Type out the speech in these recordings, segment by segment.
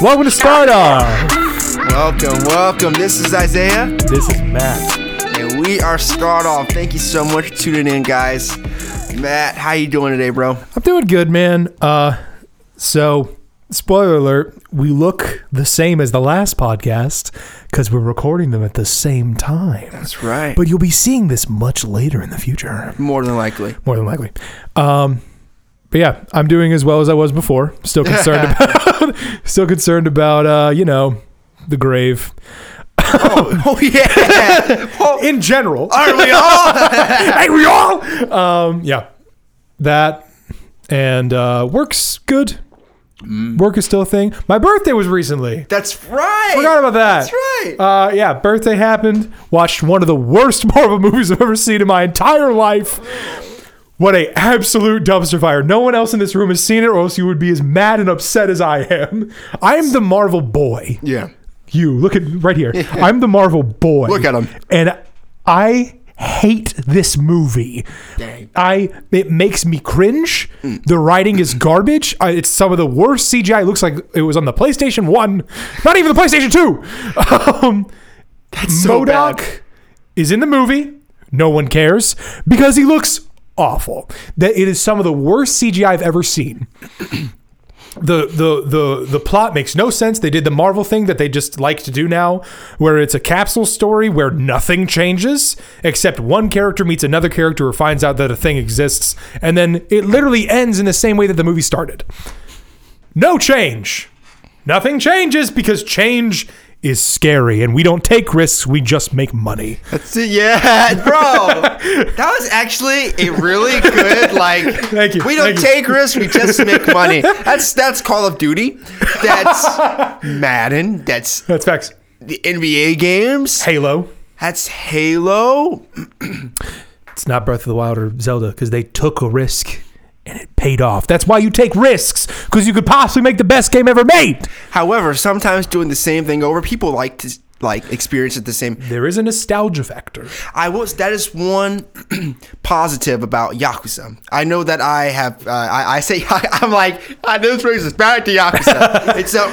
Welcome to Sparta. Welcome, welcome. This is Isaiah, This is Matt. and we are Scarred Off. Thank you so much for tuning in, guys. Matt, how you doing today, bro? I'm doing good, man. Uh, so spoiler alert: we look the same as the last podcast because we're recording them at the same time. That's right. But you'll be seeing this much later in the future, More than likely. more than likely. Um, but yeah, I'm doing as well as I was before. Still concerned about, still concerned about, uh, you know, the grave Oh, oh yeah. Oh, in general. are we all? hey, we all. Um, yeah, that and uh, works good. Mm. Work is still a thing. My birthday was recently. That's right. Forgot about that. That's right. Uh, yeah, birthday happened. Watched one of the worst Marvel movies I've ever seen in my entire life. What a absolute dumpster fire! No one else in this room has seen it, or else you would be as mad and upset as I am. I am the Marvel boy. yeah. You look at right here. I'm the Marvel boy. Look at him. And I hate this movie. Dang. Mm. I it makes me cringe. The writing is garbage. I, it's some of the worst CGI. It looks like it was on the PlayStation One, not even the PlayStation Two. Um, That's so Modoc bad. is in the movie. No one cares because he looks awful. That it is some of the worst CGI I've ever seen the the the the plot makes no sense. They did the Marvel thing that they just like to do now, where it's a capsule story where nothing changes except one character meets another character or finds out that a thing exists, and then it literally ends in the same way that the movie started. No change. Nothing changes because change is scary and we don't take risks, we just make money. That's it. Yeah, bro. that was actually a really good like. Thank you, We don't thank you. take risks. We just make money. That's that's Call of Duty. That's Madden. That's That's facts. the NBA games. Halo. That's Halo. It's not Breath of the Wild or Zelda because they took a risk and it paid off. That's why you take risks because you could possibly make the best game ever made. However, sometimes doing the same thing over, people like to like experience it the same. There is a nostalgia factor. I was that is one positive about Yakuza. I know that I have. Uh, I, I say I'm like I know this brings us back to Yakuza. it's so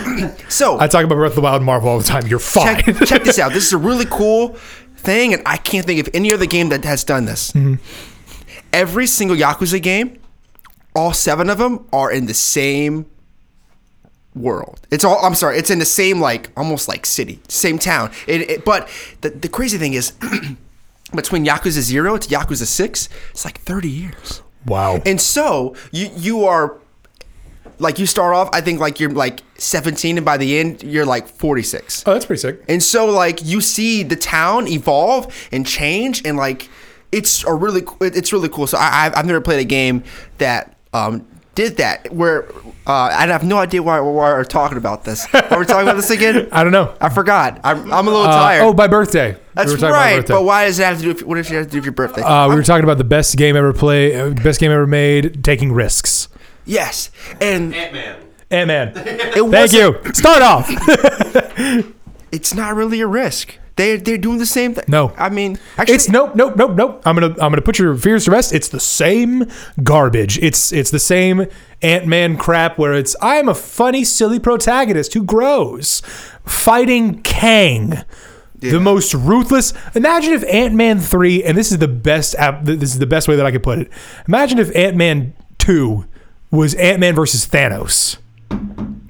so. I talk about Breath of the Wild and Marvel all the time. You're fine. check, check this out. This is a really cool thing, and I can't think of any other game that has done this. Every single Yakuza game, all seven of them are in the same world. It's all. I'm sorry. It's in the same like almost like city, same town. It, it, but the the crazy thing is. Between Yakuza Zero to Yakuza Six, it's like thirty years. wow. And so you you are like you start off, I think like you're like seventeen, and by the end you're like forty six. oh, that's pretty sick. And so like you see the town evolve and change and like it's a really co- it- it's really cool. So I I've, I've never played a game that um did that where uh, I have no idea why, why we're talking about this. Are we talking about this again? I don't know. I forgot. I'm, I'm a little Uh, tired. oh, by birthday. We that's were talking about right. birthday. But why does it have to do? With, what if you have to do with your birthday? uh, we were talking about the best game ever play, uh, best game ever made, taking risks. yes, and Hey, man. it Thank was you. Start off. It's not really a risk. They they're doing the same thing. No. I mean actually It's nope, nope, nope, nope. I'm gonna I'm gonna put your fears to rest. It's the same garbage. It's it's the same Ant Man crap where it's I'm a funny, silly protagonist who grows, fighting Kang. The most ruthless. Imagine if Ant Man three, and this is the best. app- This is the best way that I could put it. Imagine if Ant Man two was Ant Man versus Thanos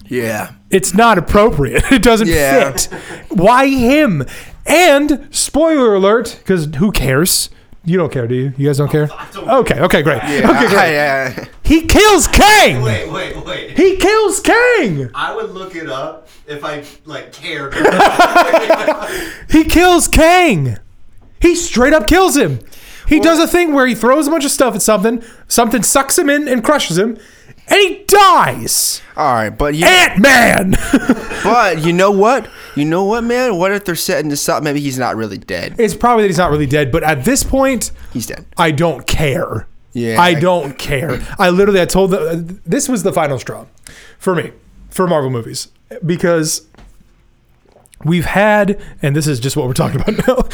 yeah. it's not appropriate. It doesn't Yeah. fit. Why him? And spoiler alert, because who cares? You don't care, do you? You guys don't care? Okay, okay, great. Okay, great. I- I- He kills Kang! Wait, wait, wait. He kills Kang! I would look it up if I like cared. He kills Kang! He straight up kills him. He does a thing where he throws a bunch of stuff at something, something sucks him in and crushes him, and he dies! all right, but you Ant Man! But you know what? You know what, man? What if they're setting this up? Maybe he's not really dead. it's probably that he's not really dead, but at this point, He's dead. I don't care. Yeah. I don't care. I literally, I told the, this was the final straw for me, for Marvel movies, because we've had, and this is just what we're talking about now.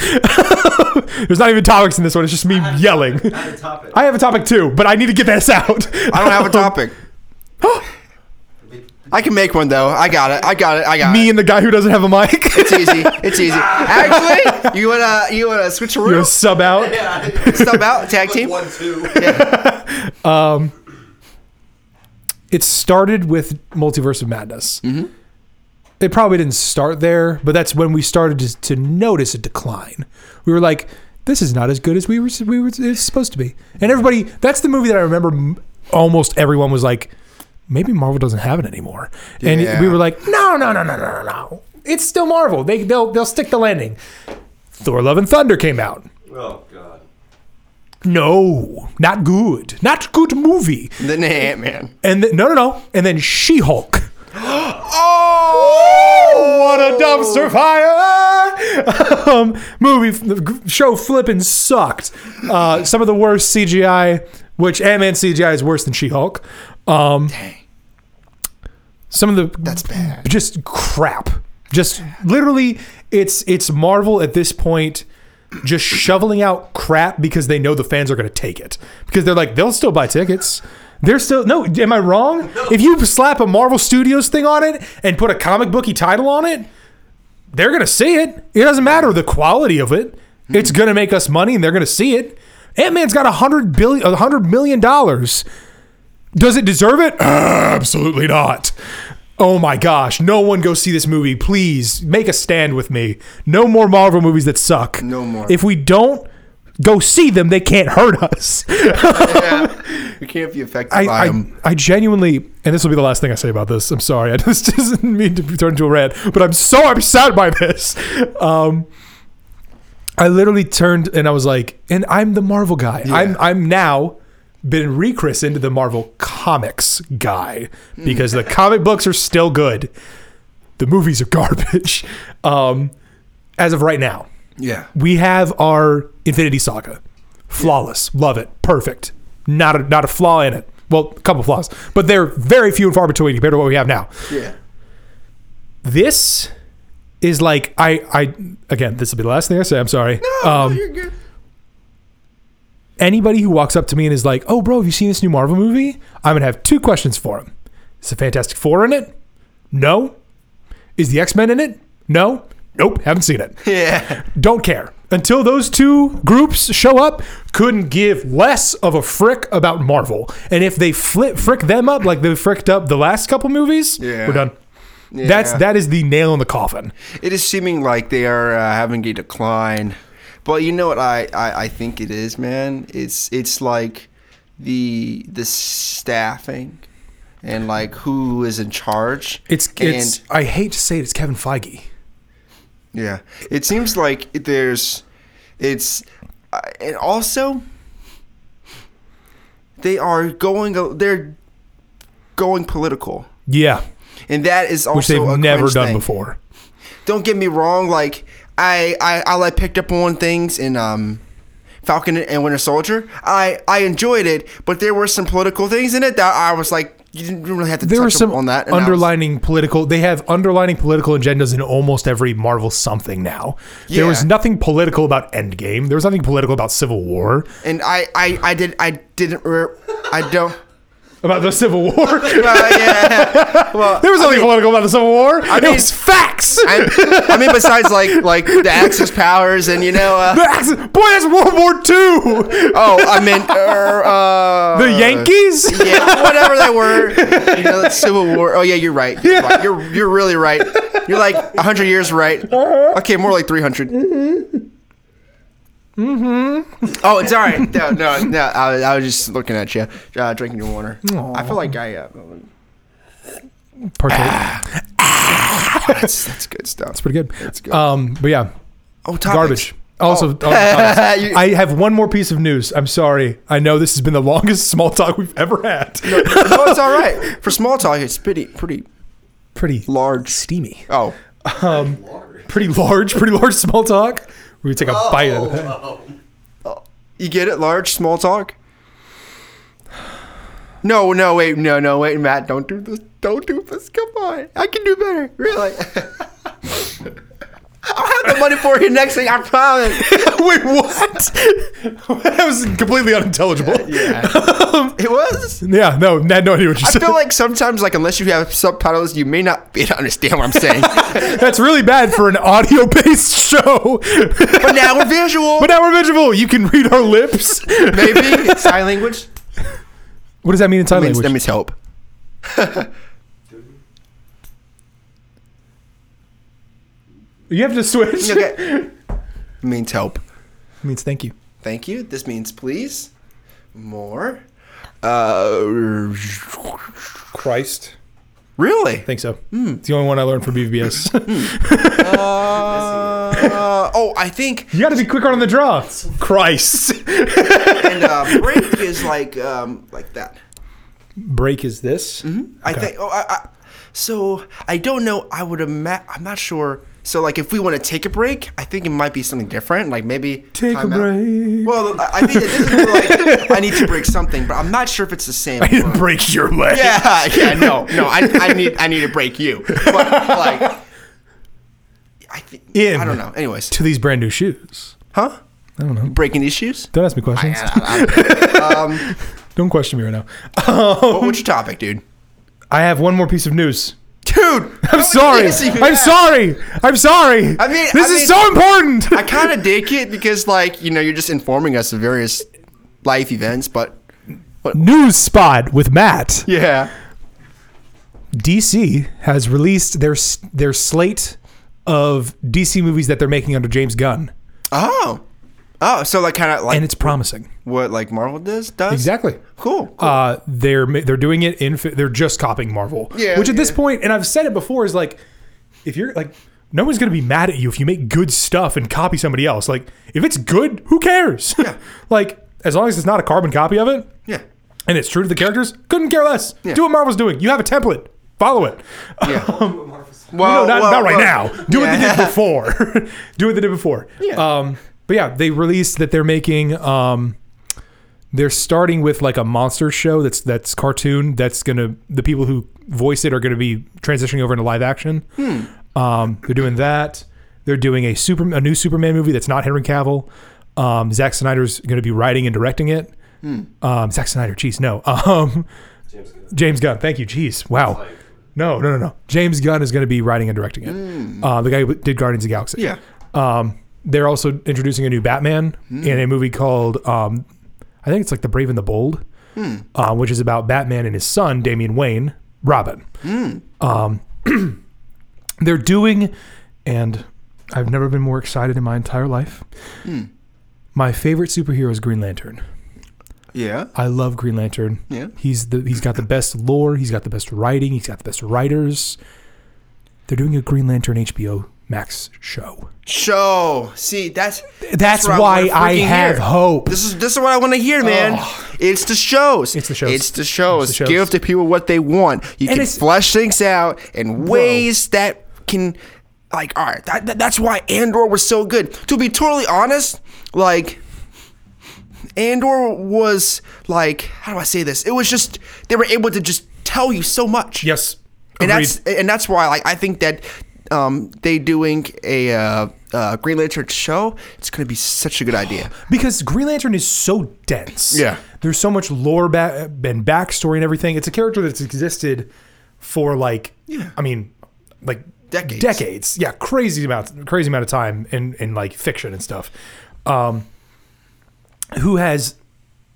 There's not even topics in this one. It's just me yelling. I had a topic. I have a topic too, but I need to get this out. I don't have a topic. Be- I can make one though. I got it. I got it. I got Me it. and the guy who doesn't have a mic. It's easy. It's easy. Actually, you wanna you wanna switch You're a rules? sub out. Yeah. Stub out tag Like team. One, two. It started with Multiverse of Madness. It probably didn't start there, but that's when we started to, to notice a decline. We were like, "This is not as good as we were we were it's supposed to be." And everybody, that's the movie that I remember. m- Almost everyone was like, "Maybe Marvel doesn't have it anymore," and Yeah. we were like, "No, no, no, no, no, no, no! It's still Marvel. They they'll they'll stick the landing." Thor: Love and Thunder came out. Oh god. No, not good. Not good movie. Then Ant Man. And th- no, no, no. And then She Hulk. What Oh, a dumpster fire! um, movie f- show flipping sucked. Uh, some of the worst CGI, which Ant Man CGI is worse than She Hulk. Um, Some of the That's bad. just crap. Just literally, it's it's Marvel at this point, just shoveling out crap because they know the fans are going to take it because they're like they'll still buy tickets. They're still no. Am I wrong? If you slap a Marvel Studios thing on it and put a comic booky title on it, they're going to see it. It doesn't matter the quality of it. It's Hmm. going to make us money, and they're going to see it. Ant Man's got a hundred billion, a hundred million dollars. Does it deserve it? Uh, Absolutely not. Oh my gosh, no one go see this movie. Please make a stand with me. No more Marvel movies that suck. No more. If we don't go see them, they can't hurt us. We can't be affected I, by I, them. I genuinely, and this will be the last thing I say about this. I'm sorry. I just didn't mean to turn into a rant, but I'm so upset by this. Um, I literally turned and I was like, and I'm the Marvel guy. I'm I'm now been rechristened the Marvel comics guy because the comic books are still good. The movies are garbage. Um, as of right now, Yeah. we have our Infinity Saga. Flawless. Love it. Perfect. Not a, not a flaw in it. Well, a couple flaws, but they're very few and far between compared to what we have now. Yeah. This is like I I again, this will be the last thing I say. I'm sorry. um, you're good. anybody who walks up to me and is like, "Oh, bro, have you seen this new Marvel movie?" I'm gonna have two questions for him: Is the Fantastic Four in it? No. Is the X Men in it? No. Nope, haven't seen it. Yeah. Don't care. Until those two groups show up, couldn't give less of a frick about Marvel. And if they flip frick them up like they fricked up the last couple movies, Yeah. we're done. That's Yeah. that is the nail in the coffin. It is seeming like they are uh, having a decline, but you know what I, I, I think it is, man. It's it's like the the staffing and like who is in charge. It's and, it's I hate to say it, it's Kevin Feige. yeah. It seems like there's it's uh, and also they are going they're going political, Yeah. and that is also Which they've a never cringe done thing. before. don't get me wrong, like I I, I like picked up on things in um Falcon and Winter Soldier. I I enjoyed it, but there were some political things in it that I was like, you didn't really have to There touch were some up on that. and I was- underlining political. They have underlining political agendas in almost every Marvel something now. There Yeah. was nothing political about Endgame. There was nothing political about Civil War. and I I I did I didn't re- I don't. About the Civil War. Well, yeah. Well, There was nothing I mean, political about the Civil War. it mean- was facts. I, I mean, besides like like the Axis powers and you know. Uh, Facts. Boy, that's World War II. oh, I meant uh, uh, The Yankees. yeah, whatever they were. You know, that's Civil War. Oh yeah, you're right. You're right. You're, you're really right. You're like 100 years right. Uh-huh. Okay, more like 300. Mm-hmm. Mm-hmm. Oh, it's all right. No, no, no. I, was- I was just looking at you, uh, drinking your water. I feel like I. Uh, Partake. that's, that's good stuff. Pretty good. good. Um, but yeah, Oh, topics. Oh. garbage. Also, also topics. You- I have one more piece of news. I'm sorry. I know this has been the longest small talk we've ever had. no, oh, it's all right. For small talk, it's pretty, pretty Pretty large. steamy. Oh, Pretty large. Pretty large small talk. We would take a bite out of that. Oh, oh. you get it? Large, small talk. No, no, wait, no, no, wait, Matt, don't do this. Don't do this. Come on, I can do better. Really. I don't have the money for you next thing. I promise. Wait, what? that was completely unintelligible. Yeah, It was. Um, no, had no idea what you I said. feel like sometimes, like unless you have subtitles, you may not be able to understand what I'm saying. That's really bad for an audio-based show. but now we're visual. but now we're visual. You can read our lips. Maybe sign language. What does that mean in That sign means, that language? means help. you have to switch. Okay. It means help. It means thank you. Thank you. This means please. More. Uh, Christ. really? I think so. Hmm. It's the only one I learned from BVBS. Uh, oh, I think you got to be quicker on the draw. Christ. and uh, break is like um, like that. Break is this. I think. Oh, I, I, so I don't know. I would imagine. I'm not sure. So like, if we want to take a break, I think it might be something different. Like maybe Take a time out. break. Well, I I think that this is more like I need to break something, but I'm not sure if it's the same. word. Break your leg. Yeah, yeah, no, no. I, I need I need to break you. But like, I think In. I don't know. Anyways, To these brand new shoes. huh? uh, I don't know. Breaking these shoes. Don't ask me questions. Um, Don't question me right now. what, what's your topic, dude? I have one more piece of news. Dude, I'm sorry. I'm sorry. I'm sorry. I mean- this I is mean- so important. I kind of dig it because, like, you know, you're just informing us of various life events, but News spot with Matt. yeah, DC has released their s- their slate of DC movies that they're making under James Gunn, oh, oh, so like kind of like and it's promising. what like Marvel does does cool. cool. Uh, they're ma- they're doing it in. fi- They're just copying Marvel. Yeah, Which at this yeah. point, and I've said it before, is like, if you're like, no one's gonna be mad at you if you make good stuff and copy somebody else. Like, if it's good, who cares? Yeah. like, as long as it's not a carbon copy of it, yeah, and it's true to the characters, couldn't care less. Yeah. Do what Marvel's doing. You have a template. Follow it. yeah. Um, No, well, not, Oh, well, not right well, now. Do what they yeah. did before. Do what they did before. Yeah. Um, but yeah, they released that they're making. Um, they're starting with like a monster show that's that's cartoon that's gonna the people who voice it are gonna be transitioning over into live action. Hmm. Um, they're doing that. They're doing a super a new Superman movie that's not Henry Cavill. Um, Zack Snyder's gonna be writing and directing it. Um, Zack Snyder, jeez, no. Um, James Gunn. James Gunn. Thank you. Jeez. Wow. Like, No, no, no, no. James Gunn is going to be writing and directing it. Uh, the guy who did Guardians of the Galaxy. Yeah. Um, they're also introducing a new Batman in a movie called, um, I think it's like The Brave and the Bold, uh, which is about Batman and his son, Damian Wayne, Robin. Um, they're doing, and I've never been more excited in my entire life. My favorite superhero is Green Lantern. Yeah. I love Green Lantern. Yeah. He's the he's got the best lore, he's got the best writing, he's got the best writers. They're doing a Green Lantern HBO Max show. Show. See, that's That's what why wanna I freaking have hear. hope. This is this is what I want to hear, man. It's the shows. Oh. It's the shows. It's the shows. It's the shows. Give the people what they want. You can it's- flesh things out in ways that can, like, all right. That, that- that's why Andor was so good. To be totally honest, like. Andor was like, how do I say this? It was just they were able to just tell you so much yes. and Agreed. that's and that's why like I think that um, they doing a uh, uh, Green Lantern show. It's gonna be such a good idea. because Green Lantern is so dense. Yeah. There's so much lore ba- and backstory and everything. It's a character that's existed for like I mean like Decades. Decades. Yeah, crazy amount crazy amount of time in in like fiction and stuff. Um who has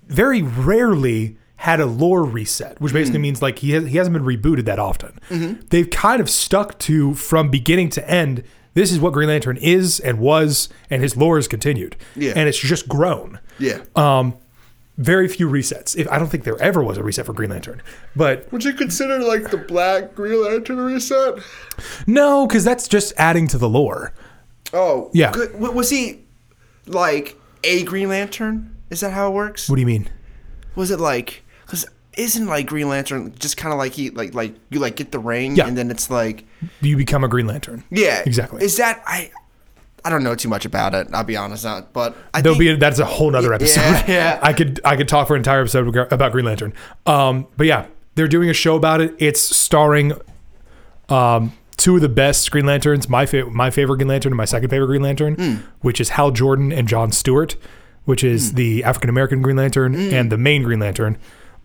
very rarely had a lore reset, which Hmm. basically means like he has, he hasn't been rebooted that often. Mm-hmm. They've kind of stuck to from beginning to end. This is what Green Lantern is and was, and his lore is continued. Yeah. and it's just grown. Um, Yeah, Very few resets. If I don't think there ever was a reset for Green Lantern, but would you consider like the Black Green Lantern reset? no, because that's just adding to the lore. Oh Yeah. good. W- was he like a Green Lantern? Is that how it works? What do you mean? Was it like because isn't like Green Lantern just kind of like he like like you like get the ring Yeah. and then it's like You become a Green Lantern. yeah exactly. Is that I? I don't know too much about it. I'll be honest, not but I There'll think, be that's a whole nother episode. yeah. I could I could talk for an entire episode regar- about Green Lantern. Um, but yeah, they're doing a show about it. It's starring um, two of the best Green Lanterns, my fa- my favorite Green Lantern and my second favorite Green Lantern, Hmm. which is Hal Jordan and John Stewart, which is the African American Green Lantern Hmm. and the main Green Lantern,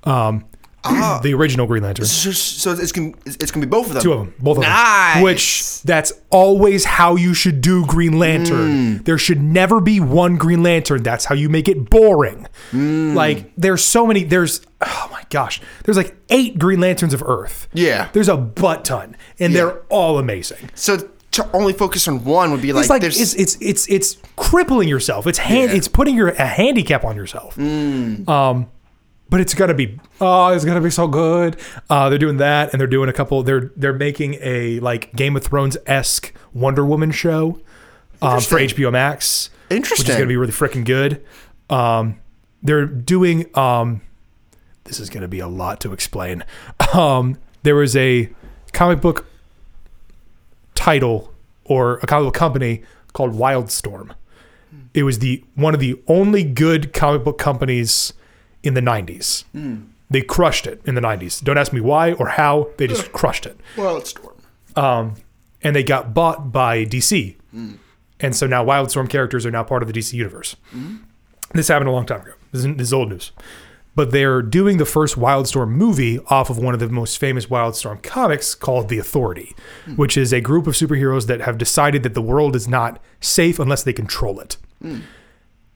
um, Ah. the original Green Lantern. So, so it's gonna it's gonna be both of them. Two of them, both of Nice. them. Which that's always how you should do Green Lantern. Hmm. There should never be one Green Lantern. That's how you make it boring. Hmm. Like there's so many. There's oh my gosh. There's like eight Green Lanterns of Earth. Yeah. There's a butt ton, and they're all amazing. So to only focus on one would be like, It's like there's it's it's it's it's crippling yourself. It's hand. Yeah. Mm. It's putting your a handicap on yourself. Um, but it's gonna be oh, it's gonna be so good. Uh, they're doing that, and they're doing a couple. They're they're making a like Game of Thrones esque Wonder Woman show um, for Interesting. HBO Max. Which Interesting. is gonna be really freaking good. Um, they're doing um, this is gonna be a lot to explain. Um, there was a comic book title or a comic book company called Wildstorm. It was the one of the only good comic book companies in the 90s. They crushed it in the 90s. Don't ask me why or how, they just crushed it. Wildstorm. Um, And they got bought by DC. And so now Wildstorm characters are now part of the DC universe. This happened a long time ago. This is, this is old news. But they're doing the first Wildstorm movie off of one of the most famous Wildstorm comics called The Authority, which is a group of superheroes that have decided that the world is not safe unless they control it. And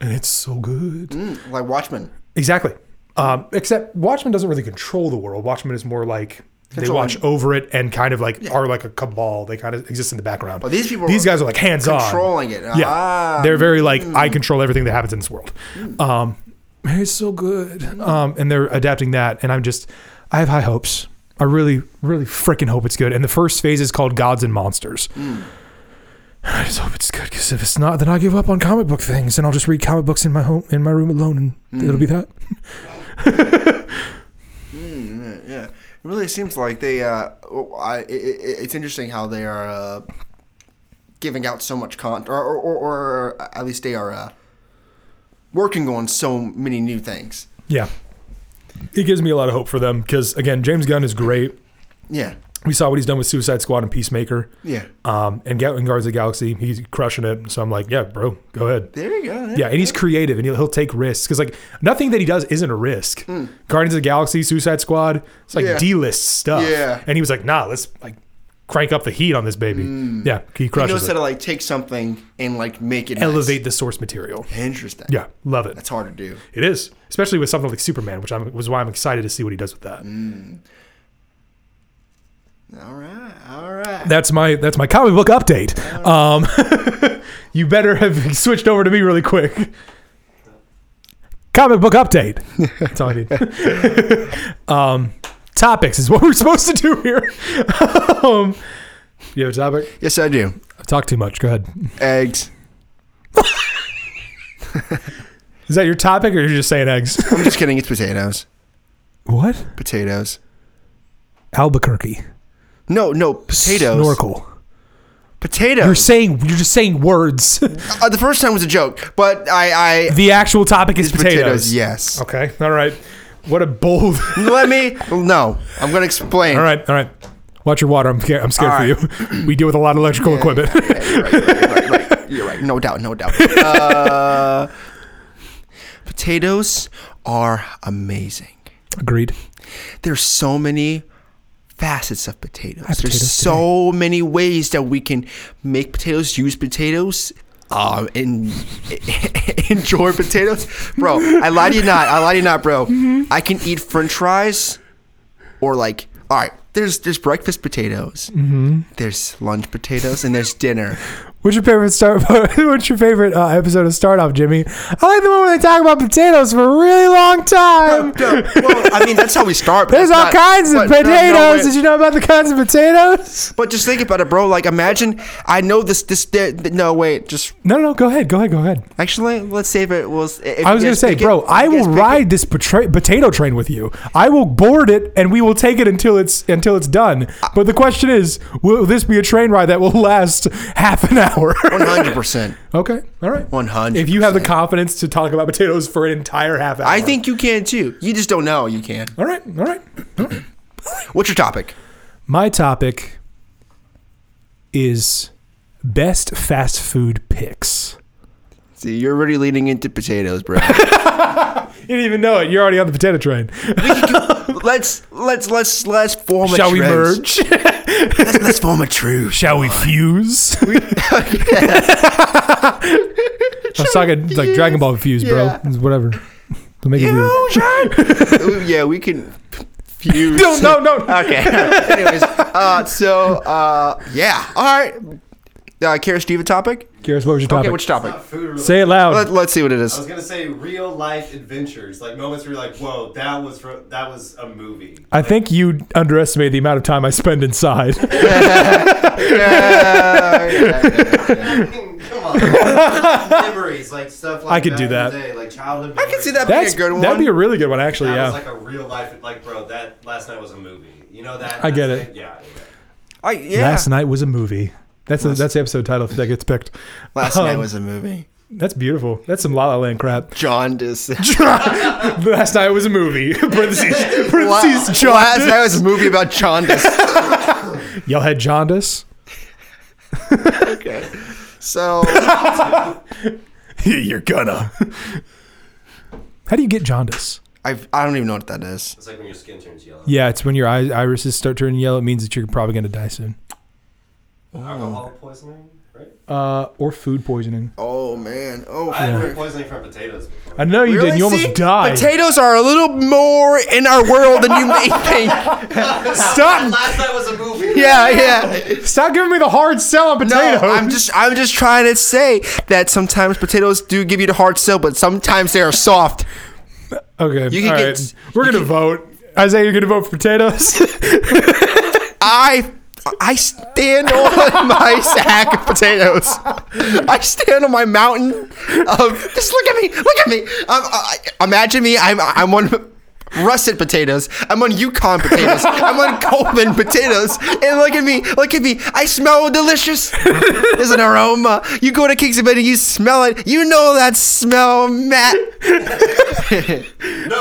it's so good. Like Watchmen. Exactly. Um, except Watchmen doesn't really control the world. Watchmen is more like they Control- watch over it and kind of like are like a cabal. They kind of exist in the background. Well, these people these were guys are like hands on, controlling it. Um, Yeah, Ah. Hmm. they're very like I control everything that happens in this world. Um, it's so good. Um, and they're adapting that, and I'm just I have high hopes. I really, really freaking hope it's good. And the first phase is called Gods and Monsters. Hmm. I just hope it's good because if it's not, then I give up on comic book things and I'll just read comic books in my home, in my room alone, and Hmm. it'll be that. Yeah, it really seems like they. Uh, I, it, it- it's interesting how they are uh, giving out so much content, or, or, or, or at least they are uh, working on so many new things. Yeah. It gives me a lot of hope for them because, again, James Gunn is great. Yeah, We saw what he's done with Suicide Squad and Peacemaker. yeah. Um, and Ga- and Guardians of the Galaxy, he's crushing it. So I'm like, yeah, bro, go ahead. There you go. Yeah, and he's creative and he'll, he'll take risks because, like, nothing that he does isn't a risk. Guardians of the Galaxy, Suicide Squad, it's like Hmm. Yeah. D list stuff. Yeah. And he was like, nah, let's, like, crank up the heat on this baby. Yeah, he Hmm. He crushes knows how it. to like take something and like make it nice. Elevate the source material. Interesting. Yeah, love it. it's hard to do. It is, especially with something like Superman, which I'm, was why I'm excited to see what he does with Hmm. that. All right, all right. that's my that's my comic book update. Um, you better have switched over to me really quick. Comic book update. That's all I need. um, topics is what we're supposed to do here. um, you have a topic? Yes, I do. I've talked too much. Go ahead. Eggs. Is that your topic, or you're just saying eggs? I'm just kidding. It's potatoes. what? Potatoes. Albuquerque. No, no potatoes. Snorkel. Potatoes. You're saying you're just saying words. Uh, the first time was a joke, but I, I the actual topic is It's potatoes. potatoes. Yes. Okay. All right. What a bold. Let me. No, I'm gonna explain. All right, all right. Watch your water. I'm scared. I'm scared All for you. We deal with a lot of electrical equipment. You're right, you're right, you're right, you're right. No doubt. No doubt. Uh, potatoes are amazing. Agreed. There's so many facets of potatoes. had There's potatoes so many ways that we can make potatoes, use potatoes, um, and enjoy potatoes. Bro, I lie to you not. I lie to you not, bro. Mm-hmm. I can eat French fries, or like, all right. There's there's breakfast potatoes. Mm-hmm. There's lunch potatoes, and there's dinner. What's your favorite start? What's your favorite uh, episode of Start Off, Jimmy? I like the one where they talk about potatoes for a really long time. well, I mean that's how we start. but There's it's all not- kinds of but no, no, potatoes. wait. Did you know about the kinds of potatoes? but just think about it, bro. Like imagine I know this this th- th- no wait just No, no. Go ahead. Go ahead. Go ahead. Actually, let's save it. We'll. s- If I was you gonna guys say, pick it- bro, if I you guys will pick it- ride this potra- potato train with you. I will board it, and we will take it until it's until it's done. But the question is, will this be a train ride that will last half an hour? 100%. Okay. All right. 100%. If you have the confidence to talk about potatoes for an entire half hour. I think you can too. You just don't know you can. All right. All right. What's your topic? My topic is best fast food picks. See, you're already leaning into potatoes, bro. You didn't even know it. You're already on the potato train. let's let's let's let's form a Shall we trend. merge? Let's, let's form a truce. Shall we fuse? I was talking like Dragon Ball fuse, bro. Yeah. It's whatever. Don't make it weird. Fusion. yeah, we can fuse. No, no, no. Okay. Anyways, uh, so uh, yeah. All right. Uh, Kara, do you have a topic? Gareth, what was your topic? Okay, which topic? Not food related. Say it loud. Let, let's see what it I was is. gonna say real life adventures, like moments where you're like, "Whoa, that was re- that was a movie." I think you underestimated the amount of time I spend inside. Come on, memories, like stuff like I could back do in the that. day, like childhood. I can see that That's being a good one. that'd be a really good one, actually. That yeah. was like a real life, like bro, that last night was a movie. You know that? I get that's it. like- yeah, yeah. I- oh, yeah. Last night was a movie. That's the that's the episode title that gets picked. Last Um, night was a movie. That's beautiful. That's some La La Land crap. John dis. Last night was a movie. parentheses. Parentheses. Last jaundice. night was a movie about jaundice. Y'all had jaundice. okay. So You're gonna. How do you get jaundice? I've, I don't even know what that is. It's like when your skin turns yellow. Yeah, it's when your eyes, irises start turning yellow. It means that you're probably gonna die soon. Alcohol poisoning, right? Uh, or food poisoning. Oh man. Oh. I had fuck. food poisoning from potatoes before. I know you did. Really? You almost See? died. Potatoes are a little more in our world than you may think. Stop! Last night was a movie. Yeah, yeah. Stop giving me the hard sell on No, potatoes. I'm just I'm just trying to say that sometimes potatoes do give you the hard sell, but sometimes they are soft. Okay. can all get- right. We're gonna vote. Isaiah, you're gonna vote for potatoes. I I stand on my sack of potatoes. I stand on my mountain of just look at me, look at me. Um, I, imagine me. I'm I'm on russet potatoes. I'm on Yukon potatoes. I'm on Coleman potatoes. And look at me, look at me. I smell delicious. There's an aroma. You go to Kings of Bed and you smell it. You know that smell, Matt. no,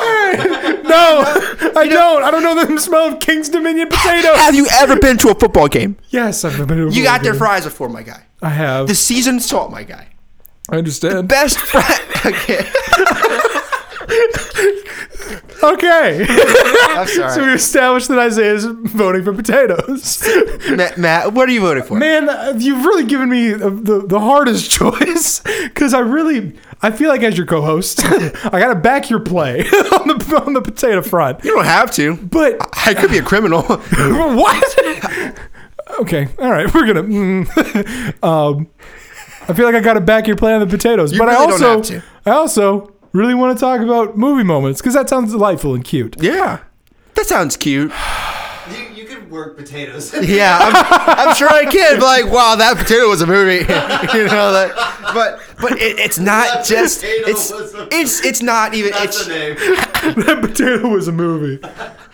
I don't. I don't know the smell of King's Dominion potatoes. Have you ever been to a football game? yes, I've been. You got their fries before, my guy. I have. The seasoned salt, my guy. I understand. Best fry. Okay. Okay. I'm sorry. so we established that Isaiah's voting for potatoes. Matt, Matt, what are you voting for? Man, uh, you've really given me the, the, the hardest choice because I really I feel like as your co-host, I gotta back your play on the on the potato front. You don't have to. But I could be a criminal. what? okay, all right, we're gonna. mm. um, I feel like I gotta back your play on the potatoes, but I really don't also have to. I also really want to talk about movie moments because that sounds delightful and cute. yeah. That sounds cute. You, you could work potatoes. Yeah, I'm, I'm sure I can. But like, wow, that potato was a movie. you know, like, but but it, it's not That just potato it's was a- it's it's not even That's it's the name. that potato was a movie.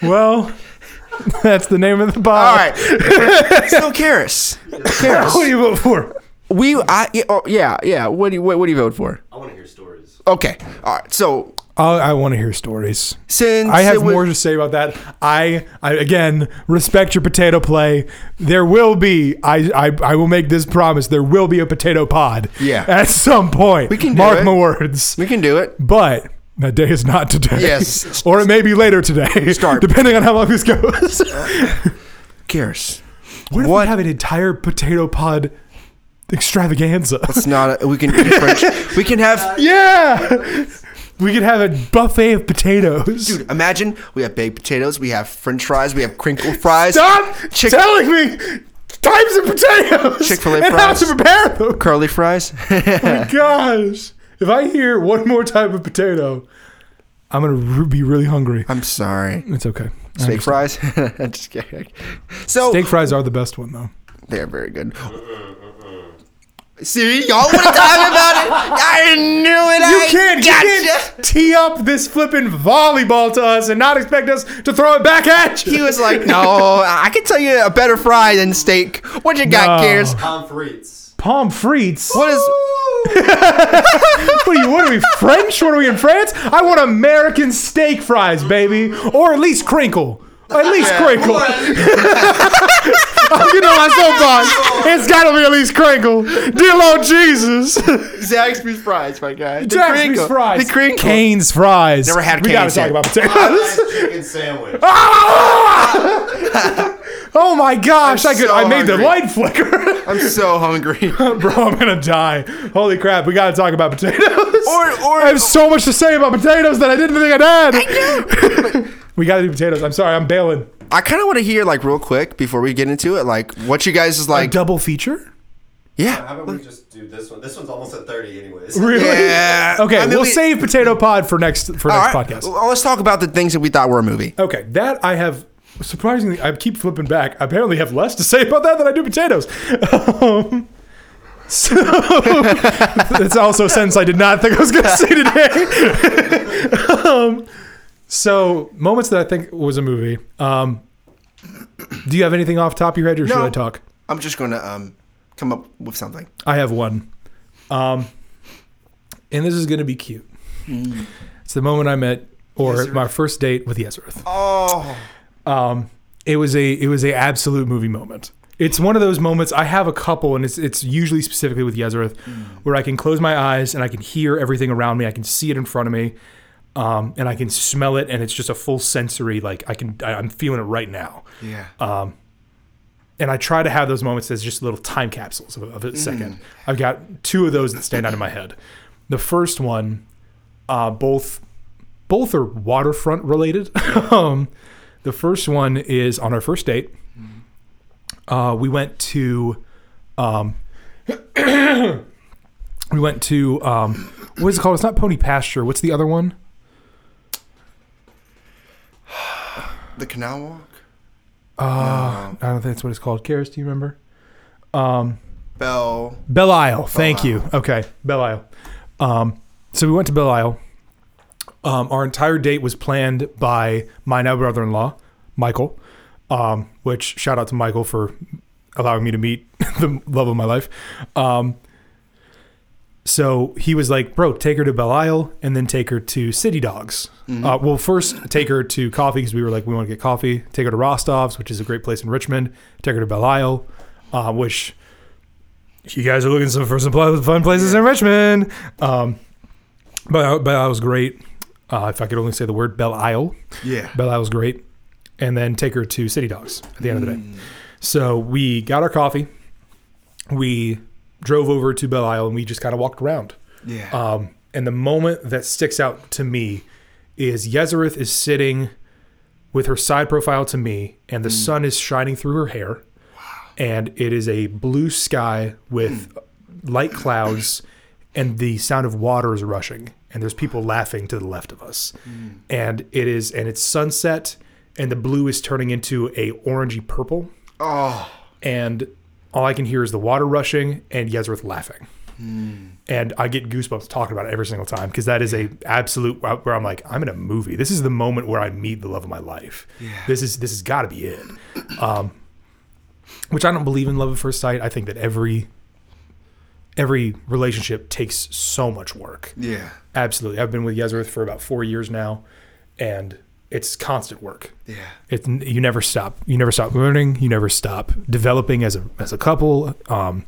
Well, that's the name of the all bottle. right. Still Karis. what do you vote for? We I yeah, oh, yeah yeah. What do you what, what do you vote for? I want to hear stories. Okay, all right. So I, I want to hear stories. since I it have was- more to say about that. I, I again respect your potato play. There will be. I, I I will make this promise. There will be a potato pod. Yeah. At some point. We can do mark it. my words. we can do it. But that day is not today. Yes. or it may be later today. Start. Depending on how long this goes. Karis. what if What? we have an entire potato pod extravaganza? It's not. A, we can do French. we can have. yeah. We could have a buffet of potatoes. Dude, imagine we have baked potatoes, we have French fries, we have crinkle fries. Stop Chick- telling me types of potatoes Chick-fil-A and how fries. to prepare them. Oh Curly fries. Gosh, if I hear one more type of potato, I'm gonna re- be really hungry. I'm sorry. It's okay. I Uh, Steak understand. fries. I'm just kidding. So Steak fries are the best one though. they're very good. See, y'all want to talk about it? I knew it. You I can't, you gotcha. can't tee up this flipping volleyball to us and not expect us to throw it back at you. He was like, "No, I can tell you a better fry than steak. What you got, No. Gears? Palm frites. Palm frites. What is? What are, you, what are we, French? What are we in France? I want American steak fries, baby. Or at least crinkle. At least crinkle. you know my soapbox. It's gotta be at least Kringle. Dear Lord Jesus. Zaxby's fries, my guy. The Zaxby's crinkle. fries. The crinkle. Cane's fries. Never had We gotta Cane's talk yet. about Fried potatoes. chicken sandwich. oh my gosh! I'm I could. so I made the hungry. light flicker. I'm so hungry. Bro, I'm gonna die. Holy crap! We gotta talk about potatoes. Or- or- I have so much to say about potatoes that I didn't think I'd had. I do. we gotta do potatoes. I'm sorry. I'm bailing. I kind of want to hear, like, real quick before we get into it, like, what you guys is like. Double feature. Yeah. How about we just do this one? This one's almost at 30 anyways. Really? Yeah. Okay. I mean, we'll we- save potato pod for next for All next right. podcast. Well, let's talk about the things that we thought were a movie. Okay, that I have surprisingly. I keep flipping back. I apparently have less to say about that than I do potatoes. Um, so that's also a sentence I did not think I was going to say today. um, so moments that I think was a movie. Um, do you have anything off the top of your head, or should No. I talk? I'm just going to um come up with something. I have one. Um, and this is going to be cute. It's the moment I met, or my first date with Yes Earth. Oh. it was a it was a absolute movie moment. It's one of those moments. I have a couple, and it's it's usually specifically with Yezereth, where I can close my eyes and I can hear everything around me. I can see it in front of me, um, and I can smell it, and it's just a full sensory. Like I can, I, I'm feeling it right now. Yeah. Uh. And I try to have those moments as just little time capsules of, of a second. I've got two of those that stand out in my head. The first one, uh, both both are waterfront related. um, the first one is on our first date. Uh, we went to, um, we went to um, what is it called? It's not Pony Pasture. What's the other one? the Canal Walk? Uh, I don't think that's what it's called. Karis, do you remember? Bell. Belle Isle. Thank you. Okay, Belle Isle. Um, so we went to Belle Isle. Um, our entire date was planned by my now brother-in-law, Michael. Um, which shout out to Michael for allowing me to meet the love of my life. Um, so he was like, "Bro, take her to Belle Isle and then take her to City Dogs. Uh, well, first take her to coffee because we were like, we want to get coffee. Take her to Rostov's, which is a great place in Richmond. Take her to Belle Isle, uh, which." you guys are looking some, for some pl- fun places in Richmond. Um, but but that was great. Uh, if I could only say the word Belle Isle, Yeah. Belle Isle was great. And then take her to City Dogs at the end of the day. So we got our coffee. We drove over to Belle Isle and we just kind of walked around. Yeah. Um, and the moment that sticks out to me is Yezereth is sitting with her side profile to me, and the sun is shining through her hair. And it is a blue sky with light clouds, and the sound of water is rushing. And there's people laughing to the left of us. And it is, and it's sunset, and the blue is turning into a orangey purple. oh. And all I can hear is the water rushing and Yezereth laughing and I get goosebumps talking about it every single time because that is a absolute uh, where I'm like I'm in a movie. This is the moment where I meet the love of my life. This is this has got to be it. Um, which I don't believe in love at first sight. I think that every every relationship takes so much work. Yeah. Absolutely, I've been with Yezereth for about four years now, and it's constant work Yeah. it's you never stop you never stop learning you never stop developing as a as a couple um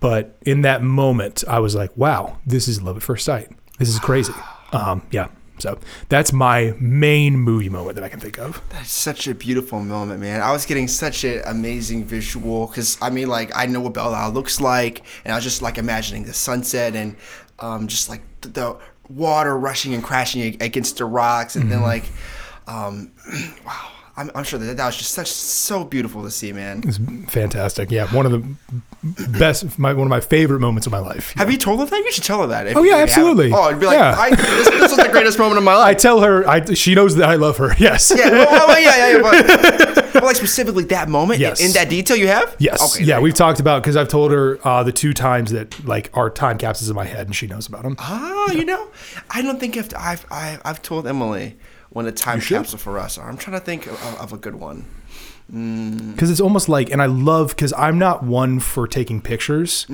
but in that moment i was like wow this is love at first sight this is crazy um yeah so that's my main movie moment that i can think of That's such a beautiful moment, man. I was getting such an amazing visual because I mean, like, I know what Belle Isle looks like, and I was just like imagining the sunset and um, just like th- the water rushing and crashing ag- against the rocks, and Mm-hmm. then like, um, wow, I'm, I'm sure that that was just such so beautiful to see, man. it's fantastic yeah one of the best my one of my favorite moments of my life Have you told her that? You should tell her that. if Oh, yeah, you haven't. absolutely. Oh, I'd be like, Yeah. I, this, this was the greatest moment of my i life. tell her i she knows that i love her yes yeah, well, well, yeah, yeah, yeah. But, but like specifically that moment in- Yes. in, that detail you have. Yes. Okay. yeah, we've talked about because I've told her uh, the two times that like our time capsules in my head, and she knows about them. Ah, you know, I don't think I've I've I've, I've told Emily when a time capsule for us. I'm trying to think of, of a good one. because it's almost like and i love because i'm not one for taking pictures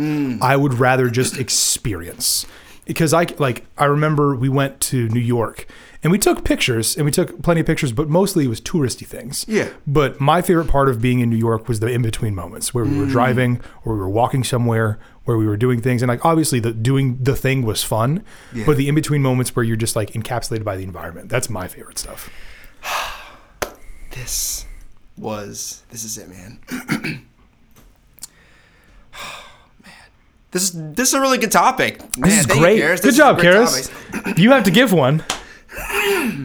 i would rather just experience because i like i remember we went to new york And we took pictures, and we took plenty of pictures, but mostly it was touristy things. Yeah. But my favorite part of being in New York was the in between moments where we were driving, or we were walking somewhere, where we were doing things, and like obviously the doing the thing was fun, but the in between moments where you're just like encapsulated by the environment. That's my favorite stuff. This was this is it, man. Oh, man. This is this is a really good topic. Man, This is thank you, great. Karis. Good This is job, great Karis. topics. you have to give one.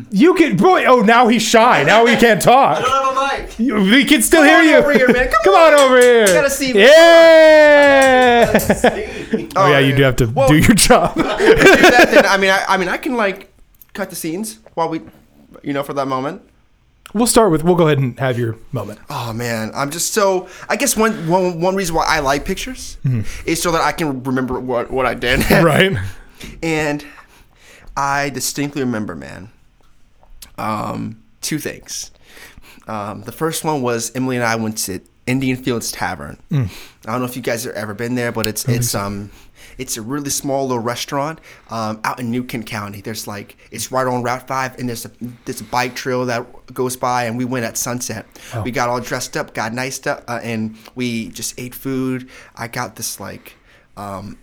You can, boy. Oh, now he's shy. Now he can't talk. don't have a mic. You- We can still Come on hear you. over here, man. Come on, on. over here. gotta see. Yeah. Oh, oh yeah, you do have to Well, do your job. do that, then I mean, I, I mean, I can like cut the scenes while we, you know, for that moment. we'll start with. We'll go ahead and have your moment. Oh man, I'm just so. I guess one one one reason why I like pictures is so that I can remember what what I did. Right. And I distinctly remember, man, um, two things. Um, the first one was Emily and I went to Indian Fields Tavern. I don't know if you guys have ever been there, but it's it's um it's a really small little restaurant um, out in New Kent County. There's like it's right on Route Five, and there's a there's a bike trail that goes by, and we went at sunset. We got all dressed up, got nice up, uh, and we just ate food. I got this like. Um,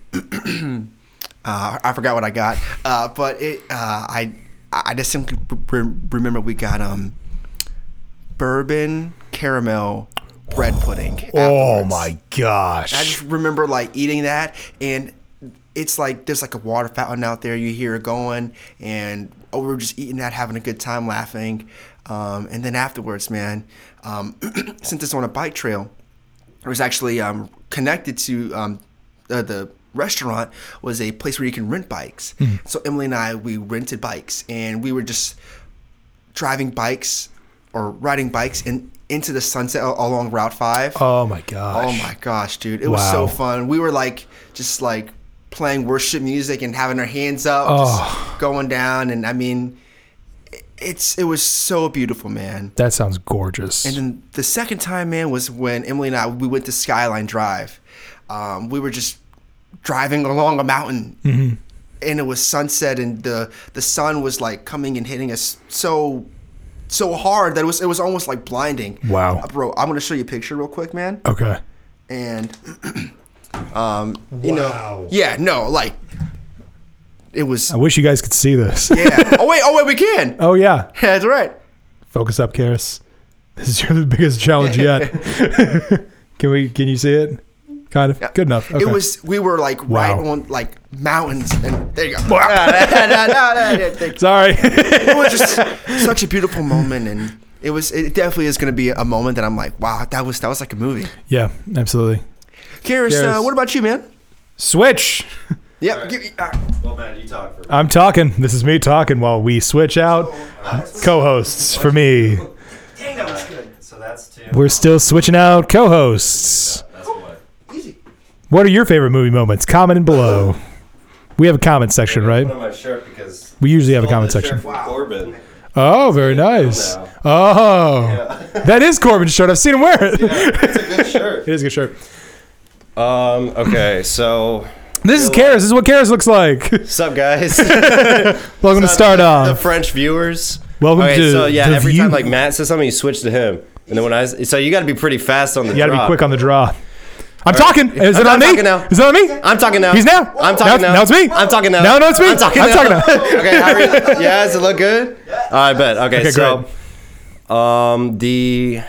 uh, I forgot what I got, uh, but it uh, I I distinctly re- remember we got um bourbon caramel bread pudding. Oh afterwards. my gosh. I just remember like eating that, and it's like there's like a water fountain out there. You hear it going, and oh, we were just eating that, having a good time, laughing. Um, and then afterwards, man, um, since it's on a bike trail, it was actually um, connected to um, uh, the restaurant was a place where you can rent bikes. Hmm. So Emily and I, we rented bikes, and we were just driving bikes or riding bikes and into the sunset a- along Route Five. oh my gosh. Oh my gosh, dude. It was so Wow. fun. We were like just like playing worship music and having our hands up, Oh. just going down and I mean i- it's it was so beautiful, man. That sounds gorgeous. And then the second time, man, was when Emily and I we went to Skyline Drive. Um, we were just driving along a mountain, Mm-hmm. and it was sunset, and the the sun was like coming and hitting us so so hard that it was it was almost like blinding. Wow. Uh, bro, I'm gonna show you a picture real quick, man okay. and um you Wow. know yeah no like it was I wish you guys could see this. yeah oh wait oh wait we can Oh yeah. that's right Focus up, Karis. This is your biggest challenge yet. can we? Can you see it? Kind of. Good enough. Okay. it was we were like right Wow. on like mountains and there you go it Sorry. was just such a beautiful moment and it was it definitely is going to be a moment that i'm like wow that was that was like a movie yeah. Absolutely. Karis, uh, Karis. what about you man Switch. yep All right. give me- uh, Well, Matt, you talk for me. I'm talking. This is me talking while we switch out co-hosts for me. Dang, that was good. So that's two. We're still switching out co-hosts. That's one. easy What are your favorite movie moments? Comment and below. We have a comment section, right? Put on my shirt because We usually have a stole comment the shirt section. from Corbin. Oh, very nice. Oh, Yeah. that is Corbin's shirt. I've seen him wear it. it's a good shirt. It is a good shirt. Um. Okay. So, This is Karis. This is what Karis looks like. sup, guys. Welcome to Start uh, the Off. French viewers. Welcome okay, to so yeah, the every view. time like Matt says something, you switch to him, and then when I so you got to be pretty fast on the. You gotta be drop. quick on the draw. I'm talking. Is it I'm on me? talking now. Is it on me? I'm talking now. He's now. I'm talking Now- now. now it's me. I'm talking now. No, no, it's me. I'm talking I'm now. talking now. okay, how are you? Yeah, does it look good? I bet. Okay, Okay, so, um, the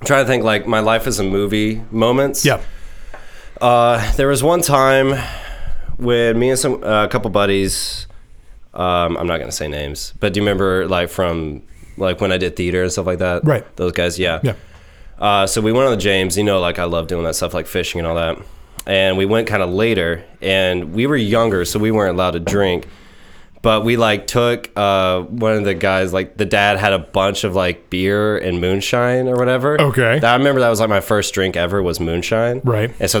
I'm trying to think like my life is a movie moments. Yeah. Uh, there was one time when me and some uh, a couple buddies. Um, I'm not gonna say names, but do you remember like from like when I did theater and stuff like that? Right. Those guys, yeah. Yeah. Uh, so we went on the James. You know, like I love doing that stuff, like fishing and all that. And we went kind of later, and we were younger, so we weren't allowed to drink. But we like took uh, one of the guys, like the dad had a bunch of like beer and moonshine or whatever. Okay. That, I remember that was like my first drink ever was moonshine. Right. And so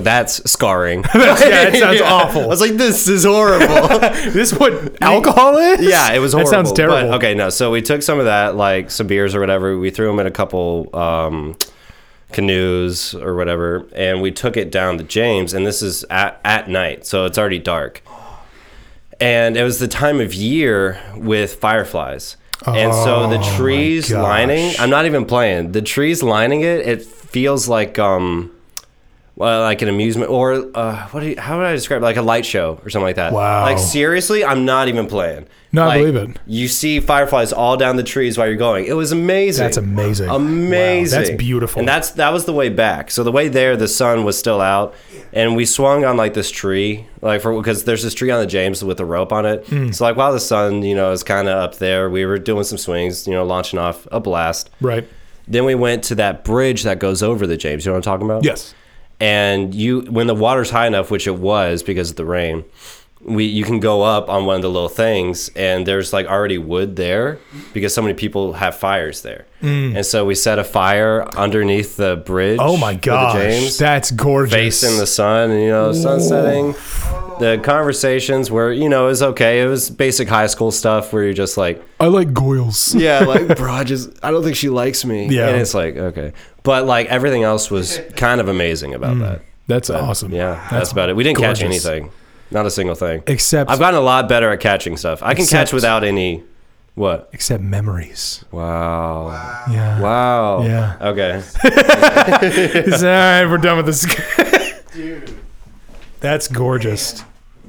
that's scarring. yeah, it sounds awful. I was like, this is horrible. This is what alcohol is? Yeah, it was horrible. That sounds terrible. But, okay, no. So we took some of that, like some beers or whatever. We threw them in a couple um, canoes or whatever, and we took it down to James. And this is at, at night, so it's already dark. and it was the time of year with fireflies. And so the Oh, trees my lining, gosh. I'm not even playing. The trees lining it, it feels like um well, like an amusement or uh what do you, how would I describe it? like a light show or something like that. Wow. Like seriously, I'm not even playing. No, I Like, believe it. You see fireflies all down the trees while you're going. It was amazing. That's amazing. Wow, Amazing. that's beautiful. And that's that was the way back. So the way there, the sun was still out, and we swung on like this tree, like for because there's this tree on the James with a rope on it. Hmm. So like while the sun, you know, is kind of up there, we were doing some swings, you know, launching off a blast. Right. Then we went to that bridge that goes over the James. You know what I'm talking about? Yes. and you when the water's high enough which it was because of the rain we you can go up on one of the little things and there's like already wood there because so many people have fires there and so we set a fire underneath the bridge Mm. Oh my for the gosh, James, that's gorgeous. facing the sun and you know sun setting the conversations were you know it was okay it was basic high school stuff where you're just like I like Goyles. yeah, like bro, I just I don't think she likes me. Yeah. and it's like okay, but like everything else was kind of amazing about that. That's awesome. Yeah, that's, about it. We didn't catch gorgeous. anything, not a single thing. Except I've gotten a lot better at catching stuff. I can Except- catch without any. What? except memories. Wow. Wow. Yeah. Yeah. Okay. It's- all right, we're done with this. That's gorgeous.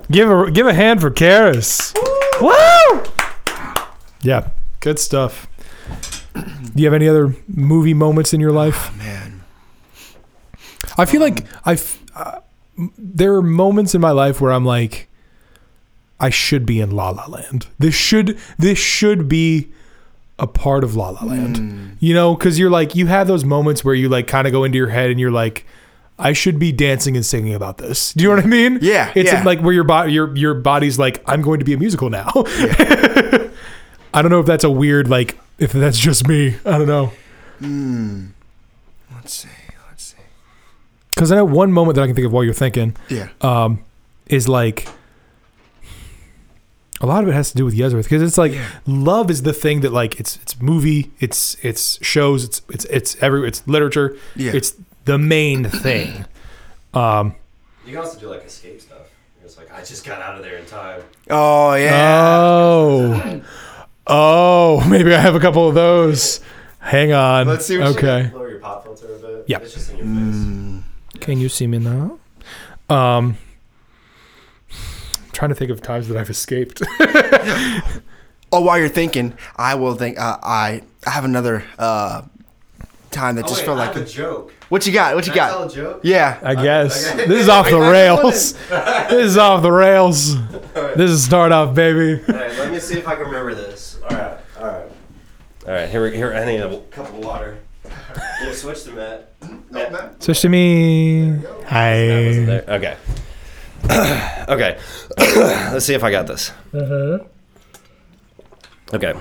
Give a give a hand for Karis. Woo! Yeah, good stuff. Do you have any other movie moments in your life? Man. I feel like I've uh, m- there are moments in my life where I'm like, I should be in La La Land. This should this should be a part of La Hmm. La Land. You know, because you're like you have those moments where you like kind of go into your head and you're like, I should be dancing and singing about this. Do you know what I mean? Yeah, It's yeah. like where your body your your body's like, I'm going to be a musical now. I don't know if that's a weird like if that's just me. I don't know. Let's see. Let's see. Because I know one moment that I can think of while you're thinking. Yeah. um, is like a lot of it has to do with Yezereth because it's like love is the thing that like it's it's movie, it's it's shows, it's it's it's every it's literature, Yeah. it's the main thing. Um, You can also do like escape stuff. It's like I just got out of there in time. oh Uh. yeah. oh, oh, maybe I have a couple of those. Hang on. Let's see what you okay. Lower your pop filter a bit. Yeah. It's just in your face. Can you see me now? Um, I'm trying to think of times that I've escaped. oh, while you're thinking, I will think. Uh, I I have another uh, time Oh, that just felt like. a- joke. what you got? What you got? joke? Yeah. I guess. This is off the rails. this is off the rails. This is start off, baby. All right, let me see if I can remember this. All right, all right. All right, here, we- here, I need a cup of water. We'll switch to Matt. Matt. Switch to me. I. There- Okay. okay. Let's see if I got this. Okay.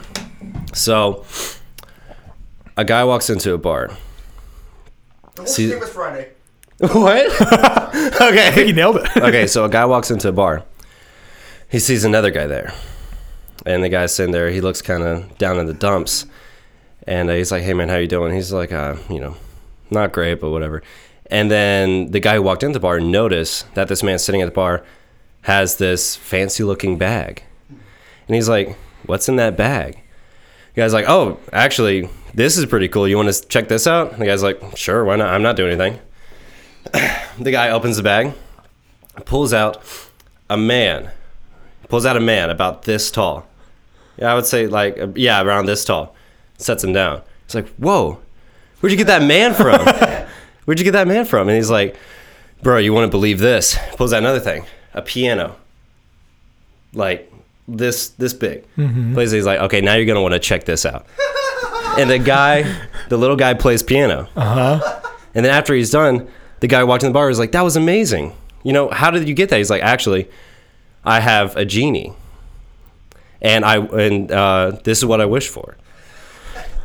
So, a guy walks into a bar. See- thing with Friday. What? okay. You nailed it. okay, so a guy walks into a bar. He sees another guy there. And the guy's sitting there. He looks kind of down in the dumps. And uh, he's like, hey, man, how you doing? He's like, uh, you know, not great, but whatever. And then the guy who walked into the bar noticed that this man sitting at the bar has this fancy looking bag. And he's like, what's in that bag? The guy's like, oh, actually, this is pretty cool. You want to check this out? The guy's like, sure, why not? I'm not doing anything. the guy opens the bag pulls out a man, pulls out a man about this tall. Yeah, I would say like uh, yeah, around this tall. Sets him down. It's like, whoa, where'd you get that man from? where'd you get that man from? And he's like, bro, you wouldn't believe this. Pulls out another thing, a piano, like this this big. Plays. it, He's like, okay, now you're gonna want to check this out. and the guy, the little guy, plays piano. And then after he's done, the guy walked in the bar was like, "That was amazing. You know, how did you get that?" He's like, "Actually, I have a genie, and I and uh, this is what I wish for."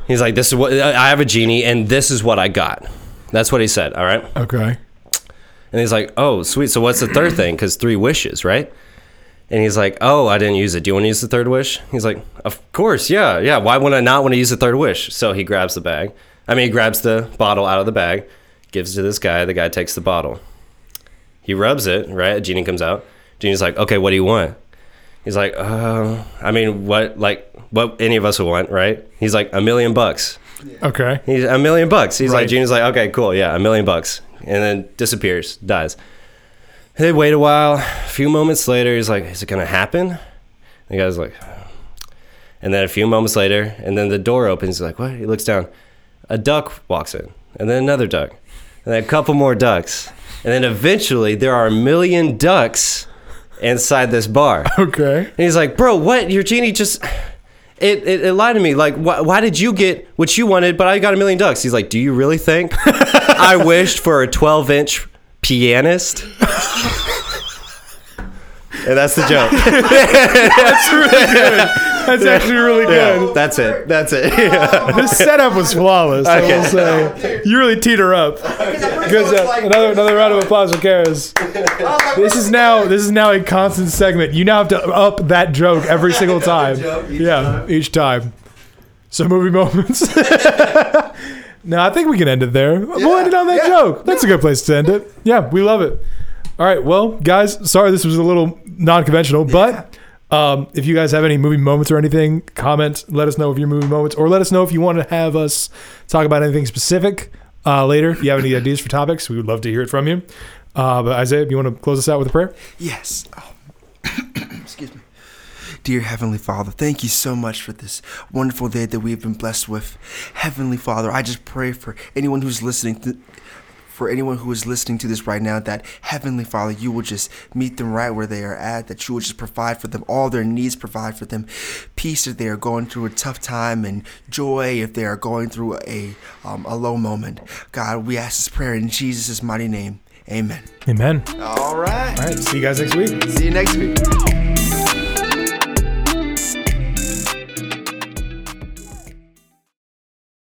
He's like, "This is what I have a genie, and this is what I got." That's what he said. All right. Okay. And he's like, "Oh, sweet. So what's the third thing? Because three wishes, right?" And he's like, "Oh, I didn't use it. Do you want to use the third wish?" He's like, "Of course, yeah, yeah. Why would I not want to use the third wish?" So he grabs the bag. I mean, he grabs the bottle out of the bag, gives it to this guy. The guy takes the bottle. He rubs it. Right, a genie comes out. Genie's like, "Okay, what do you want?" He's like, uh, I mean, what, like, what any of us would want, right? He's like, a million bucks. Okay. He's a million bucks. He's Right. like, Gina's like, okay, cool, yeah, a million bucks, and then disappears, dies. They wait a while. A few moments later, he's like, is it gonna happen? And the guy's like, and then a few moments later, and then the door opens. He's like, what? He looks down. A duck walks in, and then another duck, and then a couple more ducks, and then eventually there are a million ducks inside this bar. Okay. And he's like, bro, what? Your genie just. It, it, it lied to me. Like, why, why did you get what you wanted, but I got a million ducks? He's like, do you really think I wished for a 12 inch pianist? and that's the joke. That's actually really good. That's it. That's it. Oh, Yeah. The setup was flawless. I will say. You really teed her up. Good job. uh, another another round of applause for Karis. oh, This is now this is now a constant segment. You now have to up that joke every single time. yeah, each time. So movie moments. no, I think we can end it there. we'll end it on that joke. That's a good place to end it. Yeah, we love it. All right, well, guys, sorry this was a little non-conventional, but um, if you guys have any movie moments or anything, comment. Let us know if your movie moments, or let us know if you want to have us talk about anything specific uh, later. If you have any ideas for topics, we would love to hear it from you. Uh, but Isaiah, if you want to close us out with a prayer, Yes. Oh. Excuse me. Dear Heavenly Father, thank you so much for this wonderful day that we have been blessed with. Heavenly Father, I just pray for anyone who's listening to, for anyone who is listening to this right now that Heavenly Father, you will just meet them right where they are at, that you will just provide for them all their needs, provide for them peace if they are going through a tough time, and joy if they are going through a, um, a low moment. God, we ask this prayer in Jesus' mighty name. Amen. Amen. All right. All right, see you guys next week. See you next week.